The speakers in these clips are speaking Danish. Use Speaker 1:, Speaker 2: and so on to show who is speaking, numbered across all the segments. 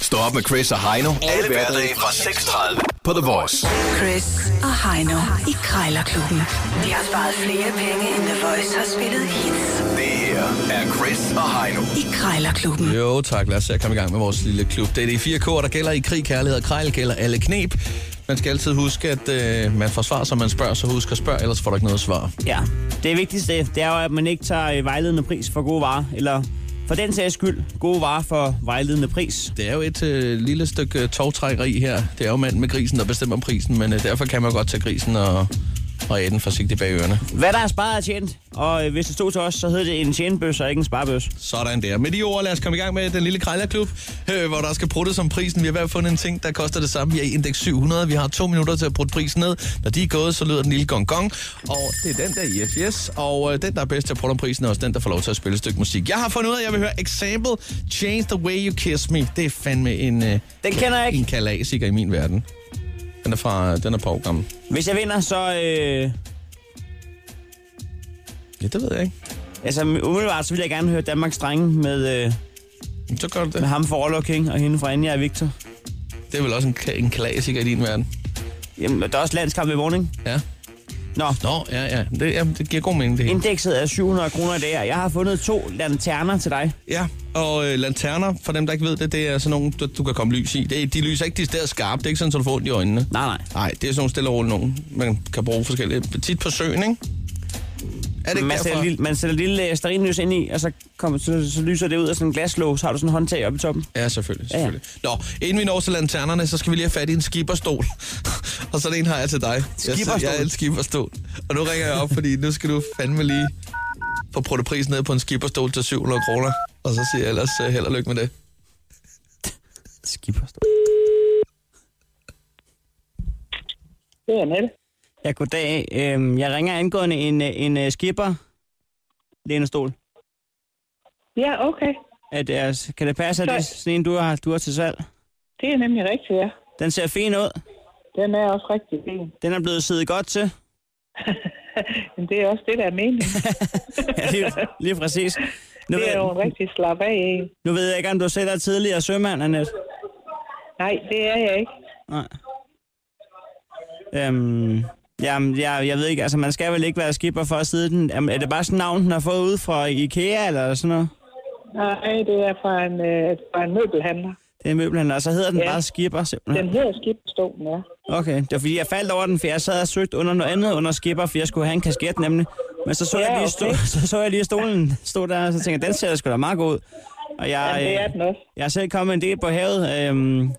Speaker 1: Stå op med Chris og Heino. Alle hverdage fra 6.30 på The Voice.
Speaker 2: Chris og Heino i Krejlerklubben. De har sparet flere penge, end The Voice har spillet hits
Speaker 1: Det her er Chris og Heino.
Speaker 2: i Krejlerklubben.
Speaker 3: Jo tak, lad os se at komme i gang med vores lille klub. Det er de fire kår, der gælder i krig, kærlighed og krejl, gælder alle knep. Man skal altid huske, at øh, man får svar, som man spørger, så husk at spørge, ellers får du ikke noget svar.
Speaker 4: Ja, det vigtigste, det er jo, at man ikke tager øh, vejledende pris for gode varer, eller for den sags skyld, gode varer for vejledende pris.
Speaker 3: Det er jo et øh, lille stykke øh, tovtrækkeri her. Det er jo manden med grisen, der bestemmer prisen, men øh, derfor kan man godt tage grisen og, og æde den forsigtigt bag ørerne.
Speaker 4: Hvad der er sparet er tjent, og øh, hvis det stod til os, så hed det en tjenbøs og ikke en sparebøs.
Speaker 3: Sådan der. Med de ord, lad os komme i gang med den lille krejlerklub, øh, hvor der skal pruttes som prisen. Vi har hver fundet en ting, der koster det samme. Vi er i indeks 700. Vi har to minutter til at prutte prisen ned. Når de er gået, så lyder den lille gong gong. Og det er den der, yes, yes. Og øh, den, der er bedst til at prutte om prisen, er også den, der får lov til at spille et stykke musik. Jeg har fundet ud af, at jeg vil høre Example Change the Way You Kiss Me. Det er fandme en, øh,
Speaker 4: Den kender jeg
Speaker 3: en
Speaker 4: ikke.
Speaker 3: kalasiker i min verden. Den er fra, den er på programmet.
Speaker 4: Hvis jeg vinder, så... Øh,
Speaker 3: Ja, det ved jeg ikke.
Speaker 4: altså, umiddelbart, så vil jeg gerne høre Danmarks drenge med, øh,
Speaker 3: Men Så gør du
Speaker 4: med
Speaker 3: det.
Speaker 4: ham fra Orlov King og hende fra Anja og Victor.
Speaker 3: Det er vel også en, ka- en klassiker i din verden.
Speaker 4: Jamen, der er også landskamp i morgen, ikke?
Speaker 3: Ja.
Speaker 4: Nå,
Speaker 3: Nå, ja, ja. Det, ja, det giver god mening, det hele.
Speaker 4: indekset er 700 kroner i dag, og jeg har fundet to lanterner til dig.
Speaker 3: Ja, og øh, lanterner, for dem der ikke ved det, det er sådan nogle, du, du kan komme lys i. Det, er- de lyser ikke de steder skarpt, det er ikke sådan, så du får ondt i øjnene.
Speaker 4: Nej, nej.
Speaker 3: Nej, det er sådan nogle stille og roligt nogen, man kan bruge forskellige. Tit på søen, ikke? Er det ikke
Speaker 4: man, sætter
Speaker 3: derfor?
Speaker 4: lille, man sætter lille øh, stearinlys ind i, og så, kommer, så, så lyser det ud af sådan en glaslåg, så har du sådan en håndtag oppe i toppen.
Speaker 3: Ja, selvfølgelig,
Speaker 4: Ja, ja.
Speaker 3: selvfølgelig. Ja, ja. Nå, inden vi når til lanternerne, så skal vi lige have fat i en skipperstol. og så den har jeg til dig. Jeg,
Speaker 4: Skipperstol?
Speaker 3: jeg er en skipperstol. Og nu ringer jeg op, fordi nu skal du fandme lige få prisen ned på en skipperstol til 700 kroner. Og så siger jeg ellers øh, held og lykke med det.
Speaker 4: Skipperstol.
Speaker 5: Det er Annette.
Speaker 4: Ja, goddag. Øhm, jeg ringer angående en, øh, en, en skipper lænestol.
Speaker 5: Ja, okay.
Speaker 4: At, altså, kan det passe, at det er sådan en, du har, du har til salg?
Speaker 5: Det er nemlig rigtigt, ja.
Speaker 4: Den ser fin ud.
Speaker 5: Den er også rigtig fin.
Speaker 4: Den er blevet siddet godt til.
Speaker 5: Men det er også det, der er meningen.
Speaker 4: Ja, lige, lige præcis. Nu
Speaker 5: Det er jo
Speaker 4: ved,
Speaker 5: en rigtig slap af en.
Speaker 4: nu ved jeg ikke, om du selv er tidligere sømand, Annette.
Speaker 5: Nej, det er jeg ikke.
Speaker 4: Nej. Øhm, jamen, jeg, jeg ved ikke, altså man skal vel ikke være skipper for at sidde den. Jamen, er det bare sådan navn, den har fået ud fra Ikea eller sådan noget?
Speaker 5: Nej, det er fra en, øh, fra en møbelhandler.
Speaker 4: Det er møbelhandler, og så hedder den ja.
Speaker 5: Ja.
Speaker 4: bare skipper
Speaker 5: Den
Speaker 4: simpelthen.
Speaker 5: hedder skibstolen, ja.
Speaker 4: Okay, det var fordi jeg faldt over den, for jeg sad og søgte under noget andet under skipper, for jeg skulle have en kasket nemlig. Men så så, jeg,
Speaker 5: Ja,
Speaker 4: lige
Speaker 5: okay.
Speaker 4: stå, så, så jeg lige stolen stå der, og så tænkte jeg, den ser da sgu da meget god ud. Og jeg,
Speaker 5: Jamen, det er
Speaker 4: øh,
Speaker 5: den også.
Speaker 4: jeg er selv kommet en del på havet, øhm,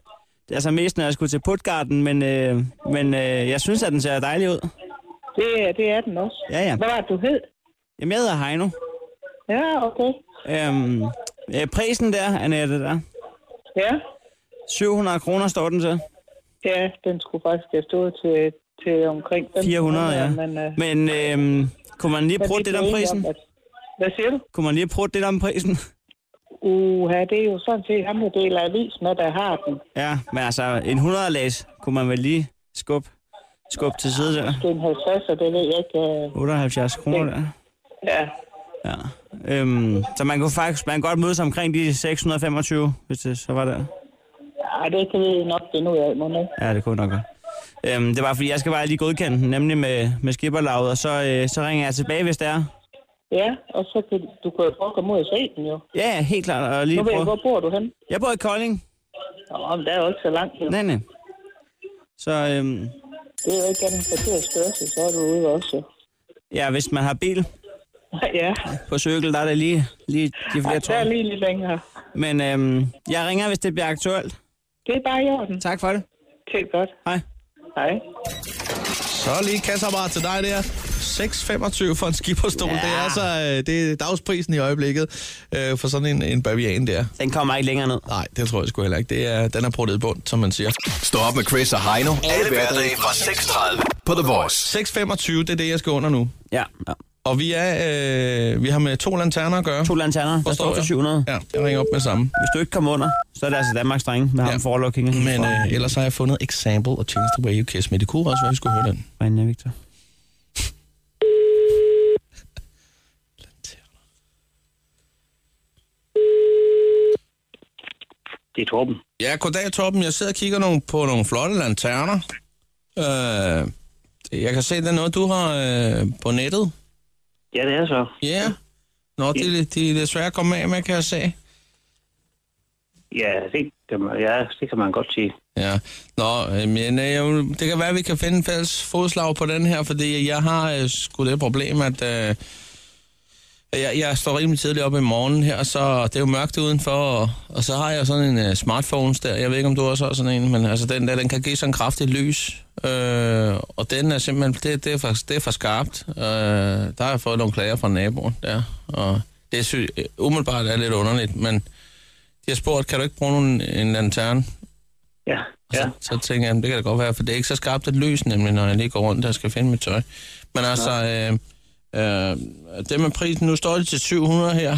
Speaker 4: altså mest når jeg skulle til Puttgarden, men, øh, men øh, jeg synes, at den ser dejlig ud.
Speaker 5: Det, er- det er den også.
Speaker 4: Ja, ja.
Speaker 5: Hvad var det, du hed?
Speaker 4: Jamen, jeg hedder Heino.
Speaker 5: Ja, okay.
Speaker 4: Øhm, øh, prisen der, Annette, der.
Speaker 5: Ja,
Speaker 4: 700 kroner står den til.
Speaker 5: ja den skulle faktisk have stået til, til omkring 500,
Speaker 4: 400, ja.
Speaker 5: Men, øh,
Speaker 4: Men øhm, kunne man lige prutte
Speaker 5: vi
Speaker 4: lidt om
Speaker 5: blev enige
Speaker 4: prisen?
Speaker 5: at- Hvad siger du?
Speaker 4: Kunne man lige prutte lidt om prisen?
Speaker 5: Uha, det er jo sådan set ham, der deler avis med, der har den.
Speaker 4: Ja, men altså, en 100 læs kunne man vel lige skubbe, skubbe til side der.
Speaker 5: Det er en 50, og det ved jeg ikke. øh,
Speaker 4: 78 kroner der.
Speaker 5: Ja,
Speaker 4: Ja. Øhm, så man kunne faktisk man kunne godt mødes omkring de 625, hvis det så var der.
Speaker 5: Ej, det kan vi nok finde ud af, må man ikke?
Speaker 4: Ja, det kunne nok godt. Øhm, det var fordi, jeg skal bare lige godkende den, nemlig med, med skipperlaget, og så, øh, så ringer jeg tilbage, hvis det er.
Speaker 5: Ja, og så kan du kan jo prøve at komme ud og se den jo.
Speaker 4: Ja, ja, helt klart. Og
Speaker 5: Nu
Speaker 4: lige
Speaker 5: ved jeg,
Speaker 4: prøve.
Speaker 5: hvor bor du hen?
Speaker 4: Jeg bor i Kolding.
Speaker 5: Nå, men der er jo ikke så langt. Jo.
Speaker 4: Nej, nej. Så øhm,
Speaker 5: Det er jo ikke andet kvarters størrelse, så er du ude også. jo.
Speaker 4: ja, hvis man har bil
Speaker 5: ja,
Speaker 4: på cykel, der er det lige, lige de
Speaker 5: Ej,
Speaker 4: flere
Speaker 5: der er
Speaker 4: tårne.
Speaker 5: lige lidt længere.
Speaker 4: Men øhm, jeg ringer, hvis det bliver aktuelt.
Speaker 5: Det er bare i orden.
Speaker 4: Tak for det.
Speaker 5: Det er godt.
Speaker 4: Hej.
Speaker 5: Hej.
Speaker 3: Så lige kasseapparat til dig der. 6,25 for en skipperstol. Ja. Det er altså øh, det er dagsprisen i øjeblikket øh, for sådan en, en bavian der.
Speaker 4: Den kommer ikke længere ned.
Speaker 3: Nej, det tror jeg sgu heller ikke. Det er, den er prøvet i bund, som man siger.
Speaker 1: Stå op med Chris og Heino. Alle hverdage fra 6.30 på The Voice.
Speaker 3: 6,25, det er det, jeg skal under nu.
Speaker 4: Ja, ja.
Speaker 3: Og vi er øh, vi har med to lanterner at gøre.
Speaker 4: To lanterner, der
Speaker 3: Forstår
Speaker 4: står til
Speaker 3: jeg.
Speaker 4: 700.
Speaker 3: Ja, jeg ringer op med samme.
Speaker 4: Hvis du ikke kommer under, så er det altså Danmarks drenge med ja.
Speaker 3: Ja.
Speaker 4: ham for Locking.
Speaker 3: Men øh, ellers har jeg fundet Example og Change the Way You Kiss Me. Det kunne også være, vi skulle høre den.
Speaker 4: Anja Victor.
Speaker 6: Det er Torben.
Speaker 3: Ja, goddag Torben. Jeg sidder og kigger nogle, på nogle flotte lanterner. Øh, jeg kan se, det er noget, du har øh, på nettet.
Speaker 6: Ja, det er så.
Speaker 3: Ja. Yeah. Nå, de, de er desværre kommet af med, kan jeg se.
Speaker 6: Ja, det kan man, ja, det kan man godt sige.
Speaker 3: Ja. Nå, øh, men øh, det kan være, at vi kan finde en fælles fodslag på den her, fordi jeg har øh, sgu det problem, at øh, jeg, jeg står rimelig tidligt op i morgen her, så det er jo mørkt udenfor, og, og så har jeg sådan en øh, smartphone der. Jeg ved ikke, om du også har sådan en, men altså den der, den kan give sådan kraftigt lys. Øh, og den er simpelthen, det, det, er, for, det er for skarpt. Øh, der har jeg fået nogle klager fra naboen der, og det sy- øh, umiddelbart er lidt underligt, men de har spurgt, kan du ikke bruge nogen, en lanterne?
Speaker 6: Ja,
Speaker 3: Og
Speaker 6: ja.
Speaker 3: Så, så tænker jeg, "Jamen, det kan da godt være, for det er ikke så skarpt et lys, nemlig når jeg lige går rundt og skal finde mit tøj. Men altså, øh, øh, det med prisen, nu står det til 700 her.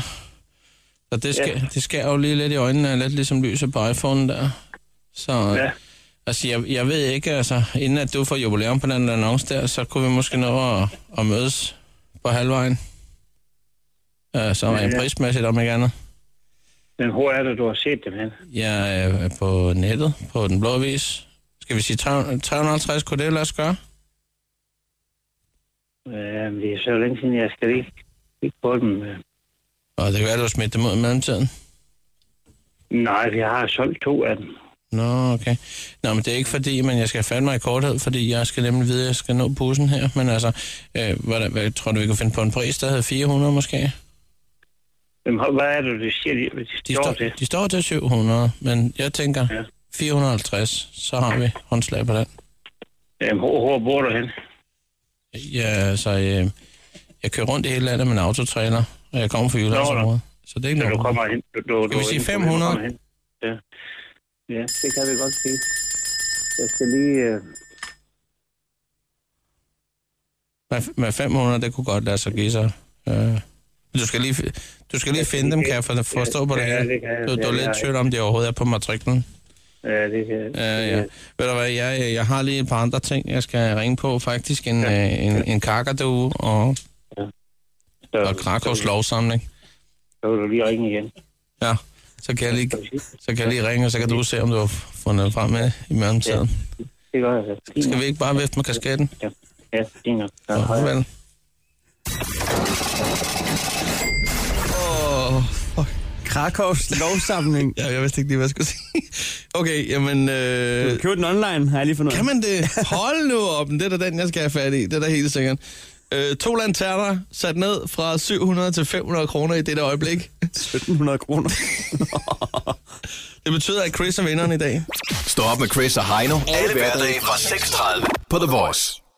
Speaker 3: Så det skal, ja. det skal jo lige lidt i øjnene, lidt ligesom lyset på iPhone der. Så ja.
Speaker 6: Ja.
Speaker 3: altså, jeg, jeg ved ikke, altså, inden at du får jubilæum på den annonce der, så kunne vi måske nå at, at mødes på halvvejen. Øh, så ja, ja. prismæssigt om ikke andet.
Speaker 6: Men hvor er det, du har set dem hen?
Speaker 3: Jeg er på nettet, på Den Blå Avis. Skal vi sige 300 350, kunne det lade os gøre?
Speaker 6: Øh, det er så længe siden, jeg skal lige kigge på dem. øh.
Speaker 3: Og det kan være, du har smidt dem ud i mellemtiden.
Speaker 6: Nej, vi har solgt to af dem.
Speaker 3: Nå, okay. Nå, men det er ikke fordi, men jeg skal fandme mig i korthed, fordi jeg skal nemlig vide, at jeg skal nå bussen her. Men altså, øh, hvad, hvad, tror du, vi kan finde på en pris, der hedder 400 måske?
Speaker 6: Jamen, hvad er det, du siger, de, de,
Speaker 3: De,
Speaker 6: står
Speaker 3: står,
Speaker 6: til?
Speaker 3: de står til 700, men jeg tænker
Speaker 6: Ja.
Speaker 3: 450, så har vi håndslag på den.
Speaker 6: Jamen, hvor, hvor bor du hen?
Speaker 3: Ja, altså, øh, jeg kører rundt i hele landet med en autotrailer, og jeg kommer fra Jyllandsområdet. Så det er ikke
Speaker 6: Når du
Speaker 3: noget.
Speaker 6: kommer hen. Du, du,
Speaker 3: Skal vi
Speaker 6: du-
Speaker 3: sige
Speaker 6: du-
Speaker 3: 500?
Speaker 6: kommer hen. Ja. ja, det kan vi godt sige. Jeg skal lige... Øh...
Speaker 3: Med, med 500, det kunne godt lade sig give sig. Øh, du skal lige, du skal lige finde dem, kan jeg for- forstå på det
Speaker 6: Ja,
Speaker 3: her.
Speaker 6: det kan jeg.
Speaker 3: Du, du er
Speaker 6: Ja,
Speaker 3: lidt
Speaker 6: ja.
Speaker 3: i tvivl om, det overhovedet er på matriklen.
Speaker 6: Ja, det kan
Speaker 3: Ja, ja. Ved du hvad, jeg, jeg har lige et par andre ting, jeg skal ringe på faktisk. En, ja. en, en kakadu og,
Speaker 6: Så,
Speaker 3: og Krakows lovsamling.
Speaker 6: Så vil du lige ringe igen.
Speaker 3: Ja, så kan jeg lige, så kan jeg lige ringe, og så kan du se, om du har fundet frem med i mellemtiden.
Speaker 6: Det gør jeg. så. Fint
Speaker 3: Skal
Speaker 6: nok.
Speaker 3: vi ikke bare vifte med kasketten?
Speaker 6: Ja, ja fint nok. Ja,
Speaker 3: Nå,
Speaker 6: hej.
Speaker 3: vel. Åh, fuck.
Speaker 4: Krakows lovsamling.
Speaker 3: Ja, jeg vidste ikke lige, hvad jeg skulle sige. Okay, jamen... Øh,
Speaker 4: Køb den online, har jeg lige fundet ud af.
Speaker 3: kan man det? Hold nu op, det er da den, jeg skal have fat i. Det er da helt sikkert. Øh, to lanterner sat ned fra 700 til 500 kroner i dette øjeblik.
Speaker 4: 1700 kroner.
Speaker 3: Det betyder, at Chris er vinderen i dag.
Speaker 1: Stå op med Chris og Heino. Alle hverdage fra 6.30 på The Voice.